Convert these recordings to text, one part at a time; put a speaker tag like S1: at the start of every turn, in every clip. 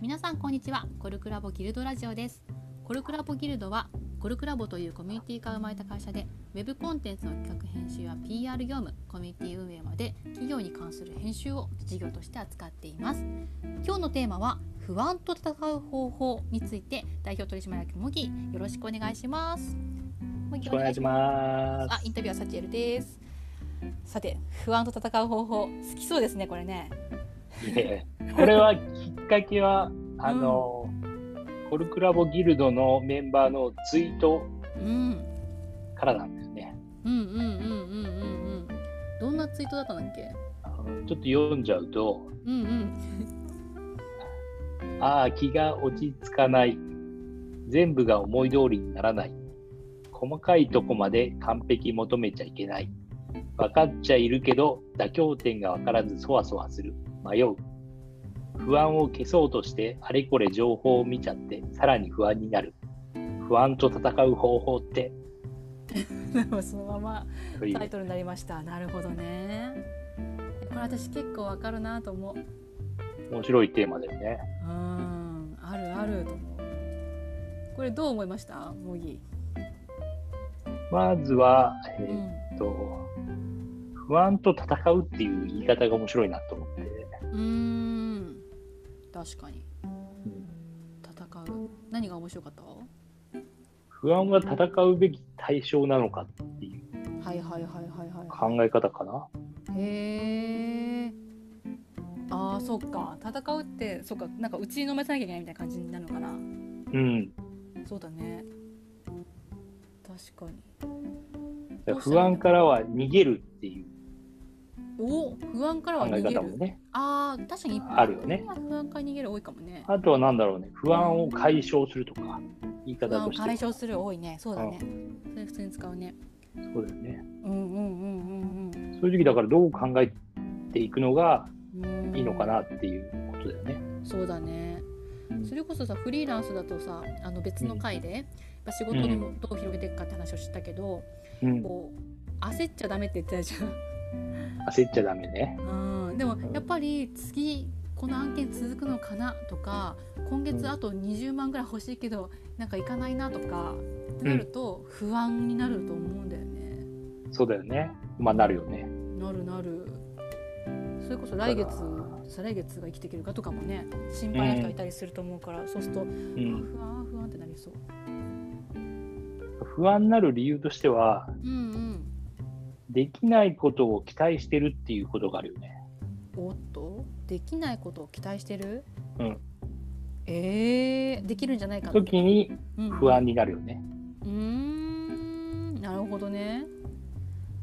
S1: 皆さんこんにちはコルクラボギルドラジオですコルクラボギルドはコルクラボというコミュニティが生まれた会社でウェブコンテンツの企画編集や PR 業務コミュニティ運営まで企業に関する編集を事業として扱っています今日のテーマは不安と戦う方法について代表取締役もぎよろしくお願いしますもぎ
S2: お願いします。
S1: あインタビューはサチエルですさて不安と戦う方法好きそうですねこれね
S2: でこれはきっかけは、あの、コルクラボギルドのメンバーのツイート
S1: うん
S2: からなんですね。
S1: うんうんうんうんうんうんどんなツイートだったんだっけ
S2: あのちょっと読んじゃうと、
S1: うんうん
S2: ああ、気が落ち着かない。全部が思い通りにならない。細かいとこまで完璧求めちゃいけない。分かっちゃいるけど、妥協点が分からずそわそわする。迷う。不安を消そうとして、あれこれ情報を見ちゃって、さらに不安になる。不安と戦う方法って、
S1: でもそのまま
S2: とい
S1: タイ
S2: う。
S1: トルになりましたなるほどねこれ私結構わかるなと思う
S2: 面白いテーマだよね。
S1: うんあるあると思うこれどう思いましたモギ
S2: まずは、え
S1: うん
S2: ーっと、不安と戦うっていう言い方が面白いなと思って。
S1: うーん確かに
S2: うん
S1: 戦う何が面白かったは
S2: 不安は戦うべき対象なのかっていう
S1: いはいはいはいはい
S2: 考え方かな。
S1: へえ。ああ、そっか。戦うって、そっか。なんか打ちのめさなきゃいけないみたいな感じになるのかな。
S2: うん、
S1: そうだね。確かに。
S2: だから不安からは逃げるっていう
S1: お、不安から
S2: 考
S1: は
S2: え
S1: 逃げ
S2: 方も
S1: る。
S2: ね。
S1: ああ、確かに。
S2: あるよね。
S1: 不安から逃げる多いかもね。
S2: あとは何だろうね、不安を解消するとか、言い
S1: 不
S2: 方
S1: 安を
S2: として。
S1: 解消する多いね。そうだね。それ普通に使うね。
S2: そうだよね。
S1: うんうんうんうんうん
S2: そういう時だからどう考えていくのが
S1: うーん。
S2: いいのかなっていうことだよね。
S1: そうだね。
S2: うん
S1: それこそさフリーランスだとさあの別の回で、やっぱ仕事にもどう広げていくかって話をしたけど、
S2: うん、
S1: こう焦っちゃダメって言ってたじゃん。
S2: 焦っちゃダメね。
S1: うん、でもやっぱり次この案件続くのかなとか今月あと20万ぐらい欲しいけどなんかいかないなとかってなると不安になると思うんだよね。
S2: そうだよね。まあなるよね。
S1: なるなる。それこそ来月
S2: だから
S1: 再来月が生きていけるかとかもね心配な人がいたりすると思うから、そうすると、
S2: うん、
S1: 不安不安ってなりそう。
S2: 不安になる理由としては、
S1: うん
S2: できないことを期待してるっていうことがあるよね。
S1: うん。おっとできないことを期待してる？
S2: うん。
S1: えー、できるんじゃないかって
S2: 時に不安になるよね。
S1: うーんなるほどね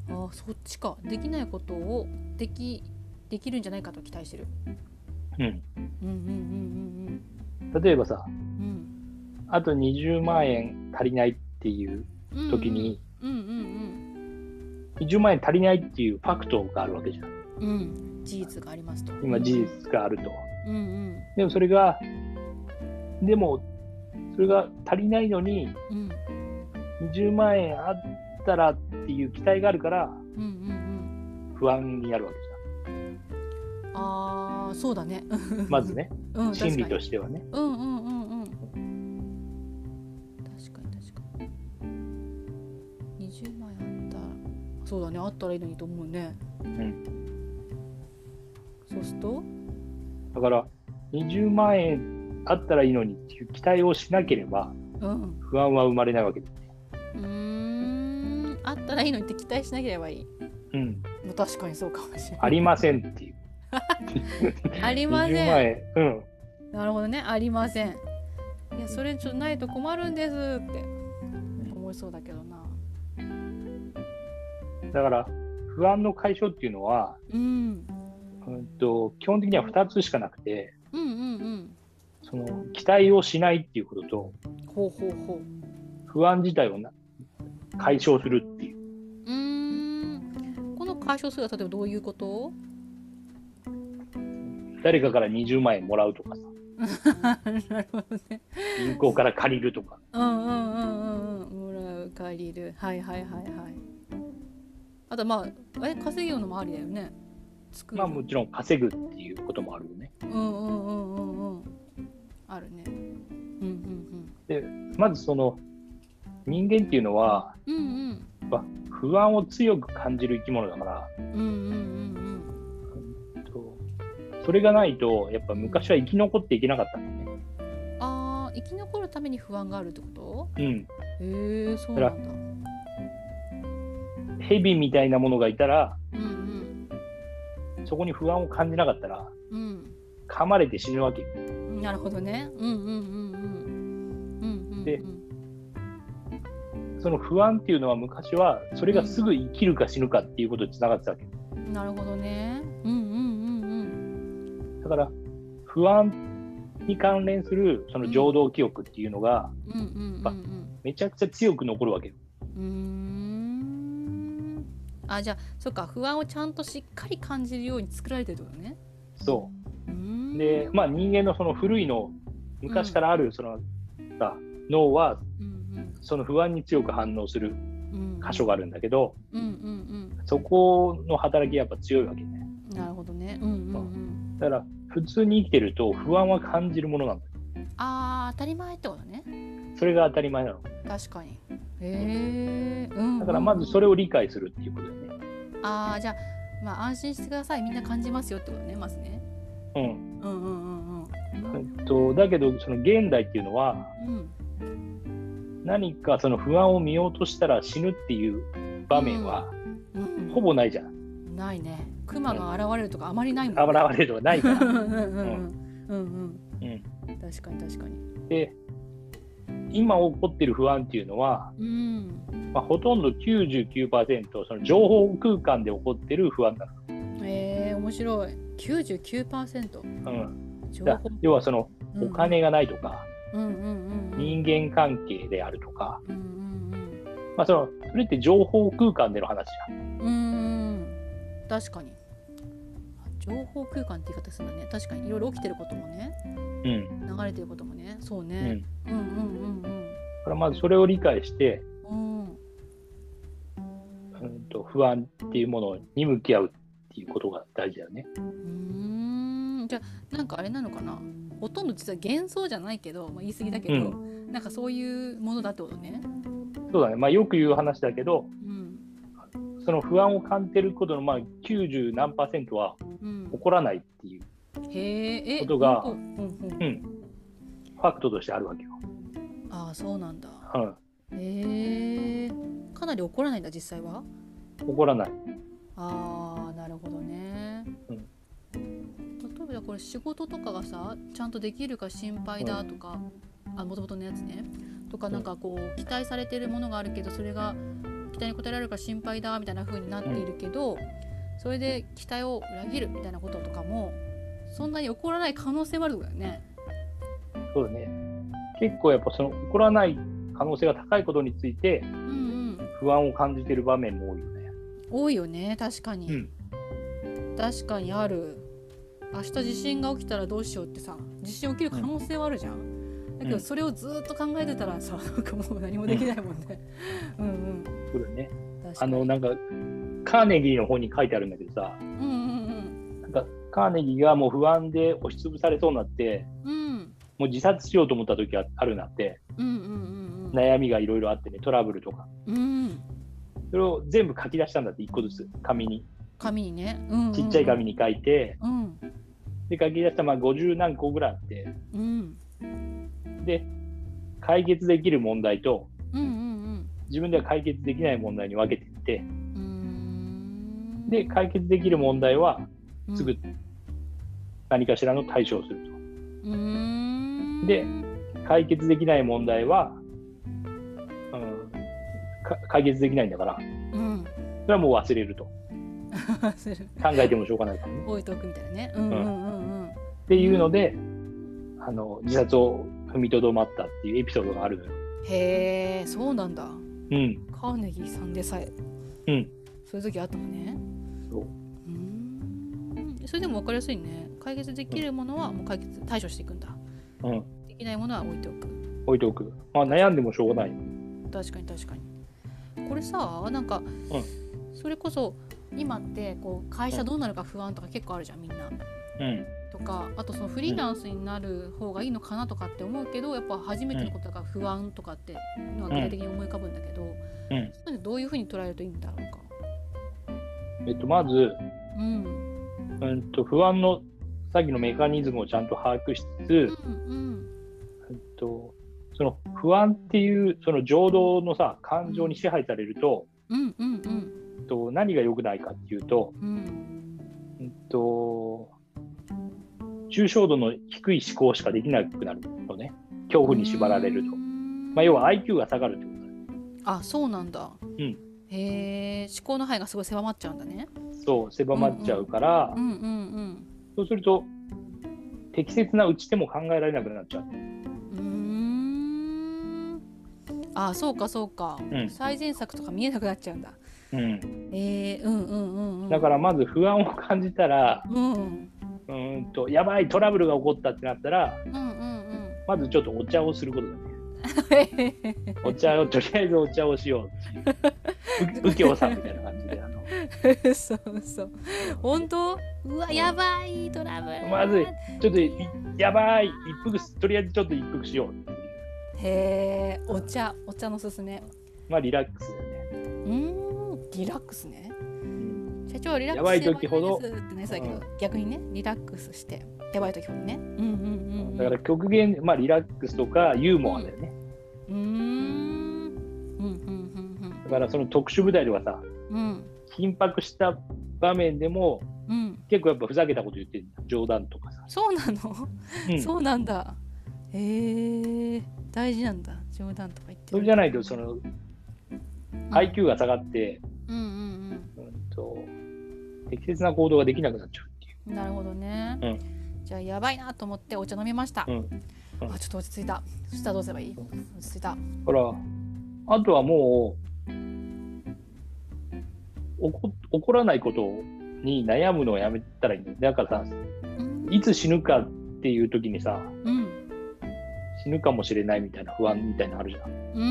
S1: あそっちかできないことをできできるんじゃないかと期待してる
S2: うん、
S1: うんうん
S2: 例えばさ
S1: うんうんうん
S2: あと20万円足りないっていう
S1: うんうん
S2: 時に、
S1: うんうん
S2: 20万円足りないっていうファクトがあるわけじゃん
S1: うんうん事実がありますと
S2: 今事実があると
S1: うんうん
S2: でもそれがでもそれが足りないのに
S1: うん
S2: 20万円あったらっていう期待があるから
S1: うんうんうん
S2: 不安になるわけ
S1: うんあーそうだねうん
S2: じゃんまずね
S1: うん
S2: 心理と
S1: して
S2: してはね
S1: うんうんうんうん確かに確かに20万円あったらそうだねあったらいいのにと思うね
S2: ん
S1: そうすると
S2: だから20万円あったらいいのにっていう期待をしなければ
S1: うん
S2: 不安は生まれないわけです、
S1: うーんあったらいいのにって期待しなければいい。
S2: うん、
S1: もう確かにそうかもしれない。
S2: ありませんっていう
S1: ありません
S2: 20万円うん
S1: なるほどね、ありません。いや、それちょっとないと困るんですって思いそうだけどな。
S2: だから不安の解消っていうのは、
S1: うん、
S2: うん、と基本的には2つしかなくて
S1: うん、うん、
S2: その期待をしないっていうことと
S1: うん。ほうほうほう。
S2: 不安自体をな解消するっていう
S1: うーん。この解消するは例えばどういうこと？
S2: 誰かから20万円もらうとかさ
S1: なるほどね。
S2: 銀行から借りるとか
S1: うんうんうんうんうん。もらう借りる。はいはいはいはい。あとまあえ稼ぎようのもありだよね。作る。
S2: まあもちろん稼ぐっていうこともあるよね
S1: うんうんうんうんうん。あるね。うん
S2: まずその人間っていうのは
S1: うんうん。うん
S2: 不安を強く感じる生き物だから
S1: うん。うんうん
S2: とそれがないとやっぱ昔は生き残っていけなかったんだよ
S1: うん
S2: ね。
S1: うん。ああ、生き残るために不安があるってこと
S2: うん
S1: へえ、そうなんだ。うん
S2: 蛇みたいなものがいたら
S1: うん。
S2: そこに不安を感じなかったら
S1: うん。
S2: 噛まれて死ぬわけよ
S1: なるほどね。うんうんうんうん。うんうん。
S2: でその不安っていうのは昔はそれがすぐ生きるか死ぬかっていうことにつながってたわけ
S1: なるほどね。うんうんうん
S2: だから不安に関連するその情動記憶っていうのが
S1: うん。うんうんうんうん。
S2: めちゃくちゃ強く残るわけよ
S1: うーんあじゃあそっか不安をちゃんとしっかり感じるように作られてるってことね。
S2: そう
S1: ーん
S2: うでまあ人間のその古いの昔からあるそのさ脳は
S1: うん
S2: その不安に強く反応する
S1: うんうん
S2: 箇所があるんだけど
S1: うんうん
S2: そこの働きがやっぱ強いわけね
S1: うんなるほどね。うんうんうん、
S2: だから普通に生きてると不安は感じるものなんだよ
S1: あー当たり前ってことね
S2: それが当たり前なの
S1: 確かに。へえ、うんうん、
S2: だからまずそれを理解するっていうことだよね
S1: あーじゃあ,、まあ安心してくださいみんな感じますよってことねまずね。
S2: うん
S1: うんうんうんうん
S2: えっとだけどその現代っていうのは
S1: うん
S2: 何かその不安を見落としたら死ぬっていう場面は
S1: うん
S2: ほぼないじゃん。
S1: ないね。熊が現れるとかあまりないもん、ね。
S2: 現れるとかないか
S1: う
S2: ら。
S1: んうんうんうん
S2: う
S1: う
S2: ん、
S1: ん確かに確かに。
S2: で今起こってる不安っていうのは、
S1: うん。
S2: まあ、ほとんど99%その情報空間で起こってる不安な
S1: ええ面白い。九十九パーセント。
S2: の。うん、
S1: 情
S2: だ
S1: 報。
S2: 要はその
S1: うん
S2: お。金がないとか、
S1: うんうんうん。
S2: 人間関係であるとか、
S1: うんうん
S2: まあ、そのそれって情報空間での話じゃん。
S1: うん。うん。確かに。あ情報空間って言い方するんだね。確かにいろいろ起きてることもね、
S2: うん
S1: 流れてることもね。そう
S2: う
S1: ね。
S2: ん、だ
S1: うんうんうん
S2: からまずそれを理解して、
S1: うん。うん。
S2: うん、と不安っていうものに向き合うっていうことが大事だよね。
S1: うーんじゃあなんかあれなのかなほとんど実は幻想じゃないけど、まあ、言い過ぎだけど、
S2: う
S1: なんかそういうものだってことね。
S2: そうだね、まあ、よく言う話だけど、
S1: うん
S2: その不安を感じてることのまあ90何パーセントは
S1: うん
S2: 起、こらないっていう
S1: へええ
S2: ことが
S1: ほんとうんうん、
S2: ファクトとしてあるわけよ。
S1: ああそうなんだ。
S2: うん、
S1: へえかなり怒らないんだ実際は
S2: 起こらない。
S1: ああなるほどね、
S2: うん
S1: 例えばじゃあこれ仕事とかがさちゃんとできるか心配だとか、あもともとのやつねとかなんかこう期待されてるものがあるけどそれが期待に応えられるか心配だみたいな風になっているけど、それで期待を裏切るみたいなこととかもそんなに怒らない可能性もあるんだよね。
S2: そうだね。結構やっぱその起こらない可能性が高いことについて
S1: うんうん、
S2: 不安を感じてる場面も多いよね。
S1: 多いよね確かに。
S2: うん、
S1: 確かにある明日地震が起きたらどうしようってさ地震起きる可能性はあるじゃん、だけ
S2: う
S1: ど
S2: ん
S1: それをずっと考えてたらさなんかもう何もできないもんねうんうん
S2: そうだよね。
S1: 確か
S2: あ
S1: に
S2: のなんかカーネギーの本に書いてあるんだけどさ、
S1: うんうん
S2: なんかカーネギーがもう不安で押しつぶされそうになって、
S1: うんうん
S2: もう自殺しようと思った時があるなって、
S1: うんうんうんうん
S2: 悩みがいろいろあってね、トラブルとか、
S1: うん
S2: それを全部書き出したんだって、一個ずつ紙に。
S1: 紙にね、うんうんうん
S2: ちっちゃい紙に書いて、
S1: うん
S2: で、書き出したまあ50何個ぐらいあって、
S1: うん
S2: で、解決できる問題と、
S1: うんうん
S2: 自分では解決できない問題に分けていって、
S1: うんうん
S2: で、解決できる問題は、すぐ
S1: う
S2: 何かしらの対処をする
S1: ん
S2: でと。解決できない問題は、うん、か解決できないんだから、
S1: うん
S2: それはもう忘れると。
S1: する
S2: 考えてもしょうがないからね。
S1: 置いとくみたいなねうんうんうんうん
S2: っていうので、あの、自殺を踏みとどまったっていうエピソードがあるのよ。
S1: へえそうなんだ
S2: うん。
S1: カーネギーさんでさえ
S2: うん。
S1: そういう時あったのね
S2: そう
S1: うーんそれでも分かりやすいね解決できるものはもう解決対処していくんだ
S2: うん。
S1: できないものは置いておく
S2: 置いておく。まあ、悩んでもしょうがない。
S1: 確かに確かにこれさなんか、それこそ今ってこう会社どうなるか不安とか結構あるじゃんみんな
S2: うん
S1: とかあとそのフリーランスになる方がいいのかなとかって思うけどやっぱ初めてのことだから不安とかっていうのは具体的に思い浮かぶんだけど、
S2: うん
S1: そういうのどういうふうに捉えるといいんだろうか。
S2: えっと、まず、
S1: うん、
S2: うん、と不安の詐欺のメカニズムをちゃんと把握しつつ、
S1: うん
S2: うんとその不安っていうその情動のさ感情に支配されると,、
S1: うんうんうん
S2: と何が良くないかっていうと,、
S1: うんうん
S2: うん、と抽象度の低い思考しかできなくなるのね恐怖に縛られると、まあ、要は IQ が下がるってことだ
S1: あそうなんだ、
S2: ん
S1: へえ思考の範囲がすごい狭まっちゃうんだね
S2: そう狭まっちゃうから、
S1: うんうん
S2: そうすると適切な打ち手も考えられなくなっちゃう、
S1: うんうーんあそうかそうか、
S2: うん
S1: 最善策とか見えなくなっちゃうんだ
S2: うん、
S1: えー、うんうんうんうん
S2: だからまず不安を感じたら
S1: うんうん
S2: うーんとやばいトラブルが起こったってなったら
S1: うんうん
S2: まずちょっとお茶をすることだね
S1: へへへ
S2: お茶をとりあえずお茶をしようって いうう右京さんみたいな感じであの
S1: へ そうそう本当うわやばいトラブル
S2: まずいちょっといやばい一服すとりあえずちょっと一服しようっていう
S1: へえお茶お茶のすすめ
S2: まあリラックスだよね、
S1: うーんリラックスね
S2: うん
S1: 社長リラックス
S2: やばい時ほど
S1: してもらえますってねそうだけど、逆にねリラックスしてやばい時ほどねうんうんうんうん
S2: だから極限まあリラックスとかユーモアだよね
S1: うーんうんうん
S2: だからその特殊部隊とかさ
S1: うんうん
S2: 緊迫した場面でも
S1: うんうん
S2: 結構やっぱふざけたこと言ってる冗談とかさ、
S1: そうなの、
S2: うん、
S1: そうなんだへえー、大事なんだ冗談とか言って
S2: それじゃ
S1: ない、
S2: ないとその
S1: うん、
S2: IQ が下がって、
S1: うんうん
S2: うん、と適切な行動ができなくなっちゃうっていう
S1: うんなるほどね、
S2: うん
S1: じゃあやばいなと思ってお茶飲みました、
S2: うんうん
S1: あちょっと落ち着いたそしたらどうすればいい落ち着いた
S2: だから、あとはもう、怒怒らないことに悩むのをやめたらいいんだよ。だからさ、
S1: うん
S2: いつ死ぬかっていう時にさ、
S1: うん
S2: 死ぬかもしれないみたいな不安みたいなのあるじゃん。
S1: うんうんう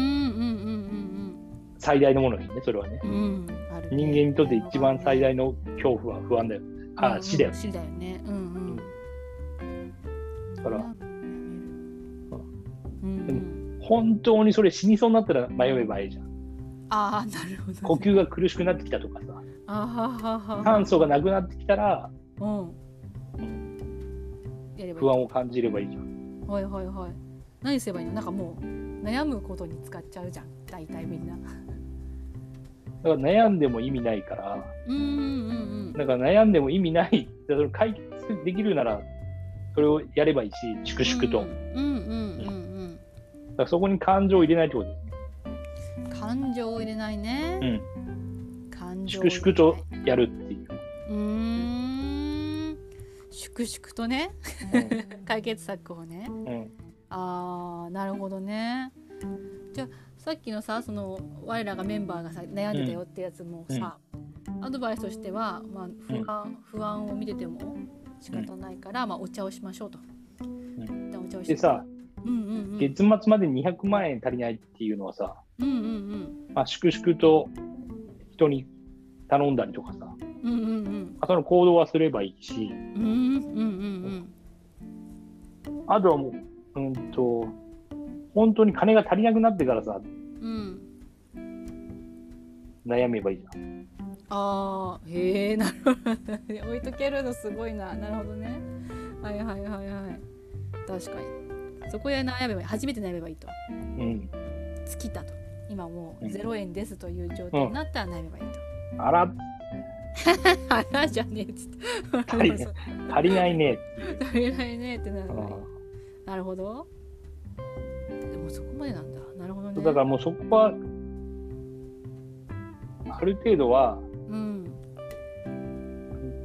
S1: ん
S2: 最大のものにね、それはね。
S1: うんうんうんあるね
S2: 人間にとって一番最大の恐怖は不安だよ。あ、死だよ。
S1: 死だよね。うんうん。
S2: だから
S1: やめる。
S2: で
S1: う
S2: も
S1: ん
S2: 本当にそれ死にそうになったら迷えばいいじゃん。
S1: ああ、なるほどね。
S2: 呼吸が苦しくなってきたとかさ、
S1: あははは。
S2: 酸素がなくなってきたら
S1: うん。やればいい。
S2: 不安を感じればいいじゃん。
S1: はいはいはい。何すればいいの？なんかもう悩むことに使っちゃうじゃん。大体みんな。
S2: だから悩んでも意味ないから、
S1: うんうんうん
S2: だから悩んでも意味ない、だからそれ解決できるなら、それをやればいいし、粛
S1: うん。
S2: 々と、
S1: うん
S2: だ
S1: うんうん
S2: からそこに感情を入れないってことですね、
S1: うん。感情を入れないね。感情を入
S2: 粛
S1: れない。。
S2: 々とやるっていう
S1: うーん。粛々とね、解決策をね。
S2: う、うん
S1: あーなるほどねじゃあさっきのさその我らがメンバーがさ悩んでたよってやつもさ、アドバイスとしては、まあ、不安、不安を見てても仕方ないから、まあ、お茶をしましょうと。
S2: ん
S1: 一旦お茶をし
S2: でさ、
S1: うんうんうん、
S2: 月末まで200万円足りないっていうのはさ、
S1: うんうん
S2: まあ、粛々と人に頼んだりとかさ、ま
S1: うんうんうん
S2: あその行動はすればいいし、
S1: うんうんうんうん
S2: あとはもう、うんと、本当に金が足りなくなってからさ、
S1: うんうん
S2: 悩めばいいじゃん。
S1: あーへえなるほど置いとけるのすごいななるほどねはいはいはいはい確かにそこで悩めばいい初めて悩めばいいと
S2: うん、
S1: 尽きたと今もう
S2: うん
S1: 0円ですという状態になったら悩めばいいと、
S2: あら、
S1: あらじゃねえっつって
S2: 足り
S1: そう
S2: 足りないね。
S1: 足りないねってなるの
S2: う
S1: がいい
S2: ん
S1: なるほどでもそこまでなんだなるほどね
S2: だからもうそこは、ある程度は、
S1: うん
S2: うん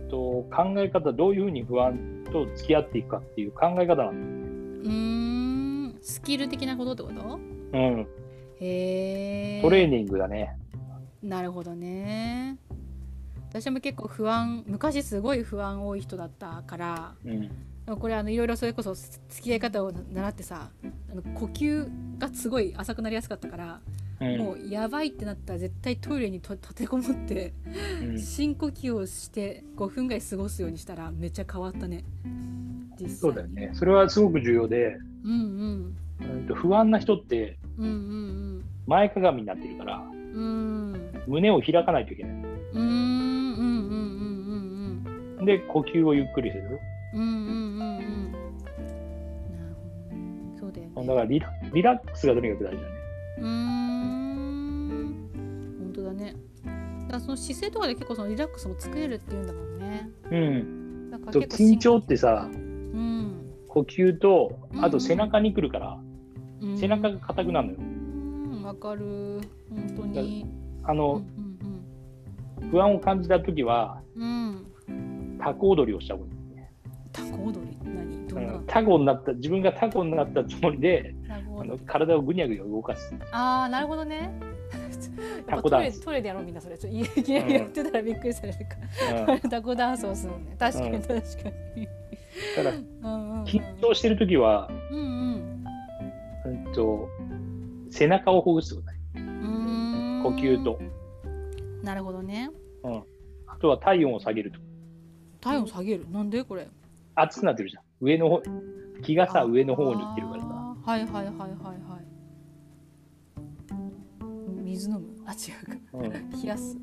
S2: と考え方、どういうふうに不安と付き合っていくかっていう考え方な
S1: う
S2: ん
S1: ーんスキル的なことってこと
S2: だ、うん、
S1: へえ
S2: トレーニングだね。
S1: なるほどね私も結構不安昔すごい不安多い人だったから
S2: うん、
S1: これあのいろいろそれこそ付き合い方を習ってさあの呼吸がすごい浅くなりやすかったから
S2: うん
S1: もうやばいってなったら絶対トイレにと立てこもって
S2: うん
S1: 深呼吸をして5分ぐらい過ごすようにしたらめっちゃ変わったね実際に
S2: そうだよねそれはすごく重要で、
S1: うんうん
S2: うん、と不安な人って
S1: うんうん
S2: 前かがみになってるから
S1: うんうん
S2: 胸を開かないといけない
S1: うんうんうんうん
S2: で呼吸をゆっくりする
S1: うんうんうんうんうんうんなるほどねそうだよ
S2: だ
S1: ね
S2: からリラリラックスがとにかく大事だね
S1: うーん本当だねだからその姿勢とかで結構そのリラックスも作れるっていうんだもんね
S2: うん
S1: だから
S2: と
S1: 結構
S2: 緊張ってさ
S1: うん
S2: 呼吸と
S1: うん
S2: あと背中にくるから、
S1: うん
S2: 背中が硬くなるのよ
S1: うんわかる本当に
S2: あ
S1: うん
S2: の不安を感じた時は
S1: うんうんうん
S2: タコ踊りをした方がいい
S1: タコ踊り何どんな
S2: うんタコになった自分がタコになったつもりで
S1: タコ
S2: あの
S1: 踊り
S2: 体をぐにゃぐにゃ動かす
S1: ああなるほどねやっ
S2: タ
S1: ぱ
S2: コ
S1: ト
S2: ダ
S1: イレ
S2: ンス
S1: トイレでやろうみんなそれちょっと家家でやってたらびっくりされるか
S2: うん
S1: ら、タコダンスをするのね確か
S2: う
S1: に
S2: ん
S1: 確かに、
S2: ただ
S1: うんうんうん、
S2: 緊張してる時は、
S1: うんうん
S2: うん、と背中をほぐすことね
S1: うーん
S2: 呼吸と、
S1: なるほどね
S2: うん、あとは体温を下げると
S1: 体温下げるなんでこれ
S2: 熱くなってるじゃん上の方気がさ
S1: あー
S2: 上の方に行ってるからさ
S1: あーはいはいはいはいはい水飲むあ違うか、
S2: うん
S1: 冷やす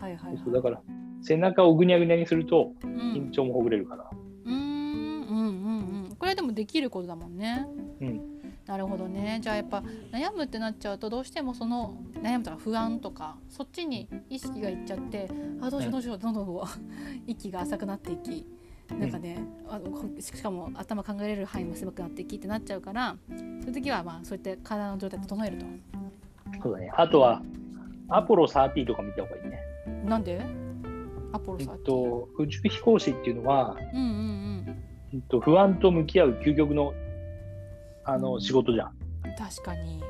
S1: はいはいはい
S2: そうだから背中をぐにゃぐにゃにすると
S1: うん
S2: 緊張もほぐれるから、
S1: うーんうんうんうんこれでもできることだもんね
S2: うん
S1: なるほどねじゃあやっぱ悩むってなっちゃうとどうしてもその悩むとか不安とかそっちに意識がいっちゃってあどうしようどうしようどんどんこう息が浅くなっていきなんかね、あのこしかも頭考えれる範囲も狭くなっていきってなっちゃうからそういう時はまあそういった体の状態整えると
S2: そうだねあとはアポロ30とか見た方がいいね、
S1: なんでアポロ
S2: えっ
S1: さんって
S2: と、宇宙飛行士っていうのは、
S1: うんうん
S2: えっと、不安と向き合う究極のあの仕事じゃん
S1: うん確かに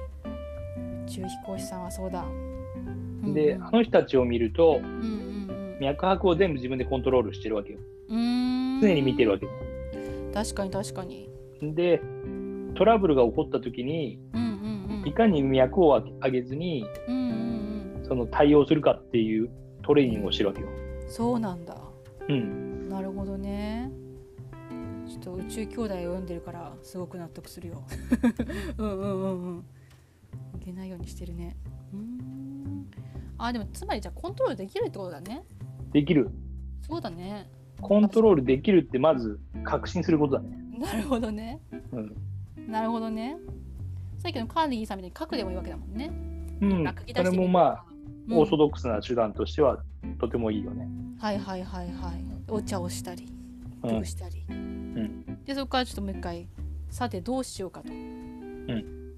S1: 宇宙飛行士さんはそうだう
S2: で
S1: んうん
S2: あの人たちを見ると
S1: うんうん
S2: 脈拍を全部自分でコントロールしてるわけよ
S1: うん
S2: 常に見てる
S1: わ
S2: わけ
S1: 確かに確かに
S2: でトラブルが起こった時に
S1: うんうん
S2: いかに脈を上げずに
S1: うんうんうん
S2: その対応するかっていうトレーニングをしてるわけよ。
S1: うんそうなんだ
S2: うん、
S1: なるほどねちょっと宇宙兄弟を読んでるからすごく納得するよ うんうんうんうんいけないようにしてるねうーんあでもつまりじゃあコントロールできるってことだね
S2: できる
S1: そうだね
S2: コントロールできるってまず確信することだね。
S1: なるほどね
S2: うん
S1: なるほどねさっきのカーネギーさんみたいに書くでもいいわけだもんね、
S2: うん
S1: 落書き出
S2: そ
S1: して
S2: れ
S1: みる
S2: も
S1: と
S2: まあ
S1: か、
S2: オーソドックスな手段としてはとてもいいよね。
S1: はいはいはいはいお茶をしたり
S2: うん
S1: 得したり、
S2: ん
S1: でそこからちょっともう一回さてどうしようかと、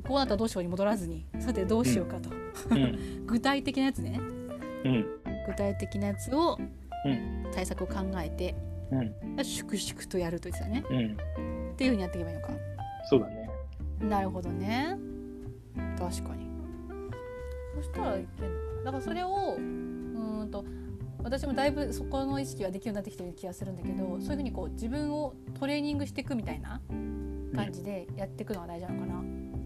S1: こうなったらどうしように戻らずにさてどうしようかと、
S2: うん
S1: 具体的なやつね
S2: うん
S1: 具体的なやつを、
S2: うん
S1: 対策を考えて
S2: うん
S1: 粛々とやると言ってたね
S2: うん
S1: っていうふうにやっていけばいいのか
S2: そうだね。
S1: なるほどね確かにそしたらいけるのかなだからそれをうーんと私もだいぶそこの意識はできるようになってきてる気がするんだけどそういうふうにこう自分をトレーニングしていくみたいな感じでやっていくのが大事なのかな、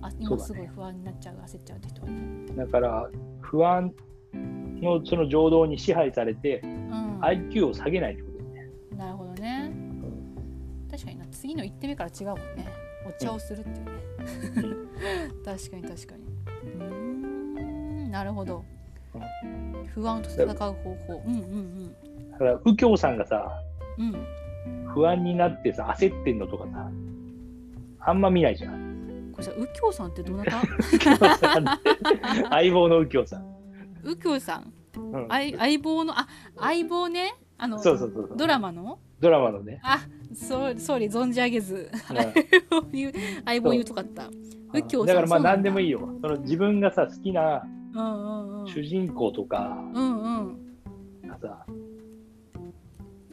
S1: あ今すごい不安になっちゃう焦っちゃうって人はね、
S2: だから不安のその情動に支配されて
S1: うん、
S2: IQ を下げないってことだね。
S1: なるほどね確かにな次の1手目から違うもんねお茶をするっていうね 確かに確かにうーんなるほど不安と戦う方法うんうん
S2: だから右京さんがさ
S1: うんうん
S2: 不安になってさ焦ってんのとかさあんま見ないじ ゃん
S1: これさ右京さんってどな た
S2: 右京さんって相棒の右京さん、
S1: 右京さん
S2: うん
S1: あい相棒のあ相棒ねあの
S2: そうそうそうそう
S1: ドラマの
S2: ドラマのね、
S1: あそう総理存じ上げず言う相棒言うとかった右京さん
S2: だからまあ
S1: そうなんだ
S2: 何でもいいよその自分がさ好きな
S1: うんうんうん
S2: 主人公とか
S1: うんうん
S2: がさ、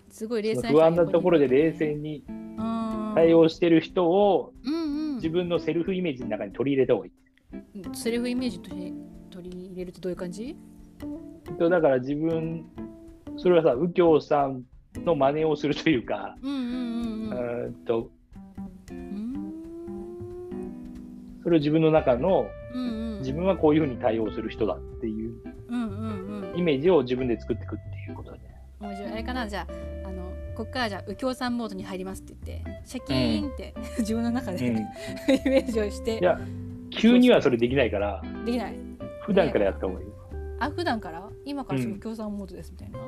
S1: すごい冷静
S2: その不安なところで冷静に対
S1: 応
S2: 応してる人を
S1: うんうん
S2: 自分のセルフイメージの中に取り入れた方がいい。
S1: セルフイメージ取り取り入れるとどういう感じ
S2: とだから自分それはさ右京さんの真似をするというか、
S1: うんうん
S2: う
S1: うん
S2: ーんと
S1: うん
S2: それを自分の中の
S1: うんうんうん
S2: 自分はこういうふうに対応する人だっていう
S1: うんうん
S2: イメージを自分で作っていくっていうことで、
S1: うん面白いあれかなじゃああのこっからじゃあ右京さんモードに入りますって言ってシャキーンって、 自分の中で、イメージをして
S2: いや急にはそれできないから
S1: できない
S2: 普段からやった方がいい、
S1: あ普段から今からすぐ
S2: うん
S1: 右京さんモードですみたいな、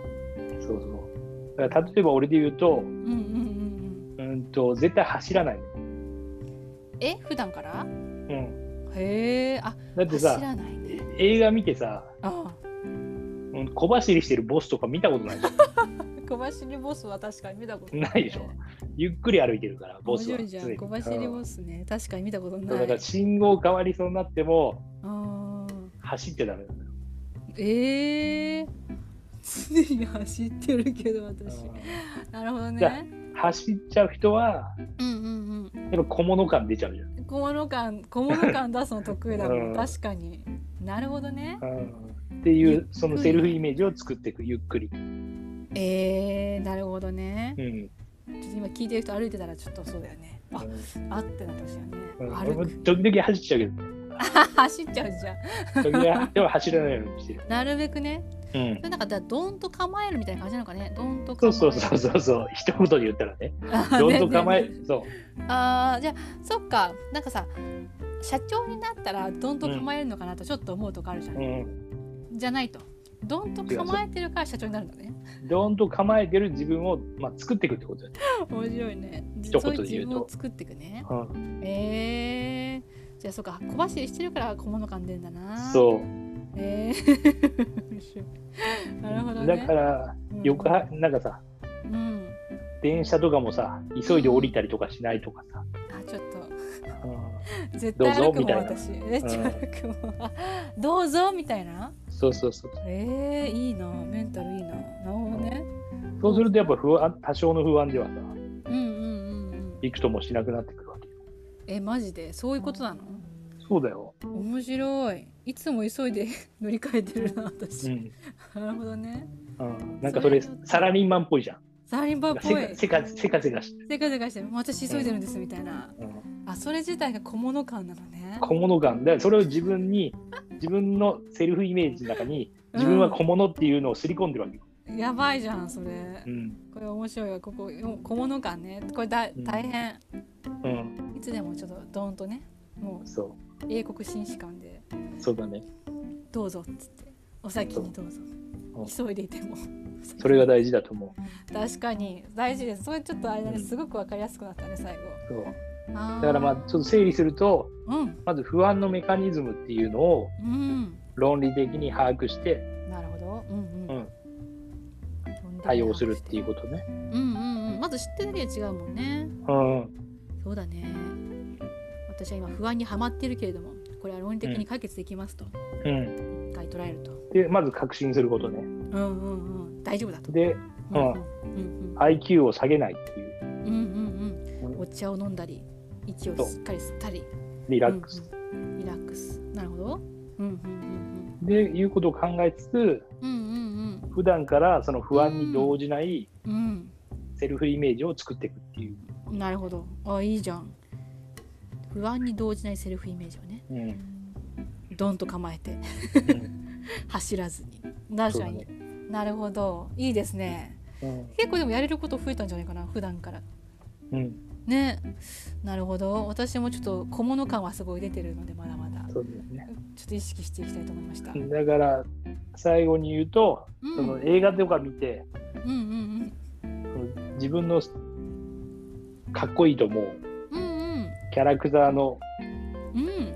S2: そうそうだから例えば俺で言うと
S1: うん、うんうん
S2: うんと絶対走らない、
S1: うんえ普段から
S2: うん、
S1: へえあ
S2: だって
S1: 走
S2: さ
S1: らないね
S2: 映画見てさ、
S1: あ
S2: うん、小走りしてるボスとか見たことない
S1: 小走りボスは確かに見たこと
S2: ないでしょゆっくり歩いてるからボ
S1: 面
S2: スは
S1: 白いじゃ
S2: 常
S1: ん
S2: に
S1: 小走りボ
S2: うん
S1: スね確かに見たこと
S2: そ
S1: な
S2: うだから
S1: い
S2: 信号変わりそうになっても
S1: あー
S2: 走ってダメなんだよ、
S1: ええ常に走ってるけど私
S2: うん
S1: なるほど
S2: じゃあ
S1: ね
S2: 走っちゃう人は
S1: うんうん
S2: やっぱ小物感出ちゃうじゃん
S1: うん小物感小物感出すの得意だもん、
S2: うん
S1: 確かになるほどね
S2: っていうそのセルフイメージを作っていくゆっくり、
S1: えー、なるほどね
S2: う、ん、
S1: ちょっと今聞いてる人歩いてたらちょっとそうだよねああってなったしよね、
S2: うん
S1: 歩
S2: 俺も
S1: く
S2: 時々走っちゃうけ
S1: 走っちゃうじゃん
S2: ど時々でも走らないようにしてる、
S1: なるべくね
S2: うん
S1: そ、れなんかだからドンと構えるみたいな感じなのかねドンと
S2: そ
S1: 構え
S2: う
S1: る
S2: そうそうそうそう 一言で言ったら ねどんと構えそう
S1: あーじゃあそっかなんかさ社長になったらどんと構えるのかなとちょっと思うとこあるじゃん、
S2: うん
S1: じゃないとどんと構えてるから社長になるんだね
S2: どんと構えてる自分を、まあ、作っていくってことだね、
S1: 面白いね
S2: 一
S1: そう
S2: 言
S1: いう
S2: で
S1: 自
S2: 言うと
S1: 分を作っていくね
S2: うん、
S1: えー、じゃあそっか小走りしてるから小物感出るんだなう
S2: そう
S1: えー面白いなるほどね
S2: だから
S1: うん
S2: よくはなんかさ
S1: うん
S2: 電車とかもさ急いで降りたりとかしないとかさ、
S1: あちょっと
S2: うん、
S1: 絶対歩く
S2: どうぞみ
S1: も
S2: た
S1: ん
S2: いな
S1: 私絶対歩くもん どうぞみたいな
S2: そうそうそう
S1: えー、いいなメンタルいいななるほどね
S2: そうするとやっぱ不安多少の不安ではさ
S1: うんうんうんうん
S2: びくともしなくなってくるわけよ
S1: えマジでそういうことなの
S2: そうだよ、
S1: 面白いいつも急いで 乗り換えてるな
S2: う
S1: 私、
S2: ん、
S1: なるほどね
S2: うんなんかそれ
S1: それ
S2: サラリーマンっぽいじゃん。
S1: サラリーマンっぽい
S2: せかせかせかせかして、
S1: せかせかしてもう私急いでるんですみたいな
S2: うん
S1: あそれ自体が小物感なのね
S2: 小物感でそれを自分に自分のセルフイメージの中に自分は小物っていうのをすり込んでるわけよ。
S1: やばいじゃんそれ
S2: うん
S1: これ面白いわここ小物感ねこれだ
S2: ん
S1: 大変、
S2: うん
S1: いつでもちょっとドーンとねも
S2: そう
S1: 英国紳士官で
S2: うそうだね。
S1: どうぞっつってお先にどうぞ急いでいても
S2: それが大事だと思う。
S1: 確かに大事ですそれちょっとあれだね
S2: うん
S1: すごく分かりやすくなったね最後
S2: そう
S1: だ
S2: だからまあちょっと整理すると
S1: うん
S2: まず不安のメカニズムっていうのを
S1: うん
S2: 論理的に把握して
S1: なるほどうんうん、うん、
S2: 対応するっていうことね。
S1: うんうんうんまず知ってるだけで違うもんね
S2: うん
S1: そうだね私は今不安にはまってるけれどもこれは論理的に解決できますと、
S2: うん、
S1: 一回捉えると
S2: でまず確信することね。
S1: うんうんうん大丈夫だと
S2: で
S1: うんうん
S2: う
S1: うん
S2: IQ を下げないっていう
S1: うんうん
S2: う
S1: うん
S2: ん
S1: お茶を飲んだり息をしっかり吸ったり
S2: リラックス。
S1: うんうんリラックスなるほどうんうん
S2: でいうことを考えつつ
S1: うんうんうんうんうん
S2: 普段からその不安に動じない
S1: うん、
S2: セルフイメージを作っていくっていう、
S1: なるほど。あ、いいじゃん。不安に動じないセルフイメージをね、
S2: うん
S1: ドンと構えて 走らずに。確
S2: そう
S1: か
S2: だ
S1: に、
S2: ね
S1: なるほど。いいですね。
S2: うん
S1: 結構でもやれること増えたんじゃないかな、普段から。
S2: うん
S1: ね、なるほど。私もちょっと小物感はすごい出てるので、まだまだ。
S2: そうだよね
S1: ちょっと意識していきたいと思いました。うん、
S2: だから最後に言うと
S1: う
S2: そ
S1: ん、う
S2: の
S1: ん、
S2: 映画とか見て
S1: うん、
S2: その自分のかっこいいと思う
S1: うん、うん、
S2: キャラクターの
S1: うん。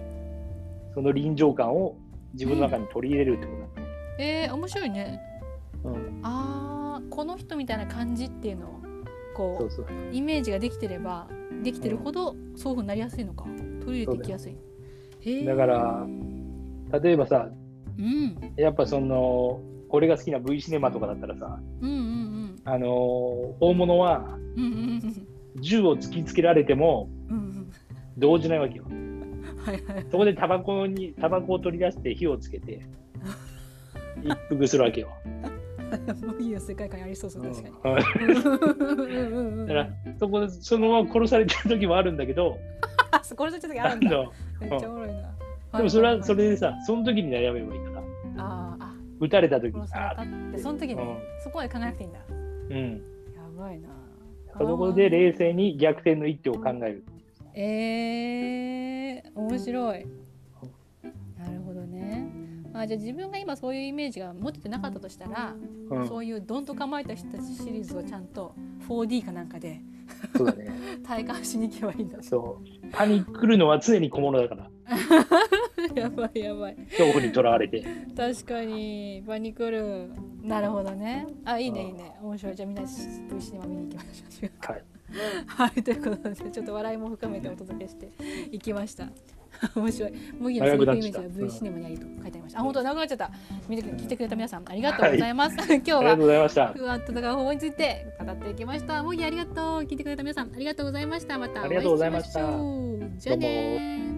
S2: その臨場感を自分の中に取り入れるってこ
S1: えー、面白いね。
S2: とだ、うん、
S1: ああ、この人みたいな感じっていうのを。こ
S2: そううそう
S1: イメージができてればできてるほどそういうふうになりやすいのか取り入れていきやすいへえ
S2: だから例えばさ
S1: うん、うん
S2: やっぱその俺が好きな V シネマとかだったらさ
S1: うんうん
S2: あのー大物は
S1: うんうんうん
S2: 銃を突きつけられても
S1: うんうん
S2: 動じないわけよ
S1: うんはいはい
S2: そこでタバコにタバコを取り出して火をつけて一服するわけよ、
S1: もういいよ世界観やりそうそう
S2: うん
S1: 確かに
S2: だか
S1: うんうんうん
S2: らそこでそのまま殺されてる時もあるんだけど
S1: あそこれちょっとや
S2: あ
S1: るんだ
S2: の
S1: めっちゃおもろいな
S2: でもそれはそ
S1: れ
S2: れでさその時に悩めばいいから
S1: あーあ
S2: 打たれた時に
S1: 殺され
S2: あ
S1: たってその時に、
S2: うん
S1: そこまで考えなくていいんだ
S2: ーうん
S1: やばいな
S2: そこで冷静に逆転の一手を考える
S1: えー、面白いなるほどねあじゃあ自分が今そういうイメージが持っててなかったとしたら、
S2: うん
S1: そういうどんと構えた人たちシリーズをちゃんと 4D かなんかで
S2: そうだね
S1: 体感しに行けばいいんだ
S2: そうパニックるのは常に小物だから
S1: やばいやばい
S2: 恐怖にとらわれて
S1: 確かにパニクルなるほどねあいいね
S2: うん
S1: いいね面白いじゃあみんな V シネマ見に行きましょう
S2: はい
S1: はいということでちょっと笑いも含めてお届けしていきました 面白い麦の
S2: 長
S1: セ
S2: く
S1: ル
S2: な
S1: フ
S2: っ
S1: イメー
S2: ちゃ
S1: ジ
S2: った
S1: は V シネマにありと書いてありました、あ本当だなくなっちゃった見てくれ聞いてくれた皆さんありがとうございます、今日
S2: ありが
S1: は
S2: とうございました
S1: 不安と戦う方法について語っていきました麦ありがとう聞いてくれた皆さんありがとうございましたまたお会いしましょう
S2: ありがとうございました
S1: じゃあねー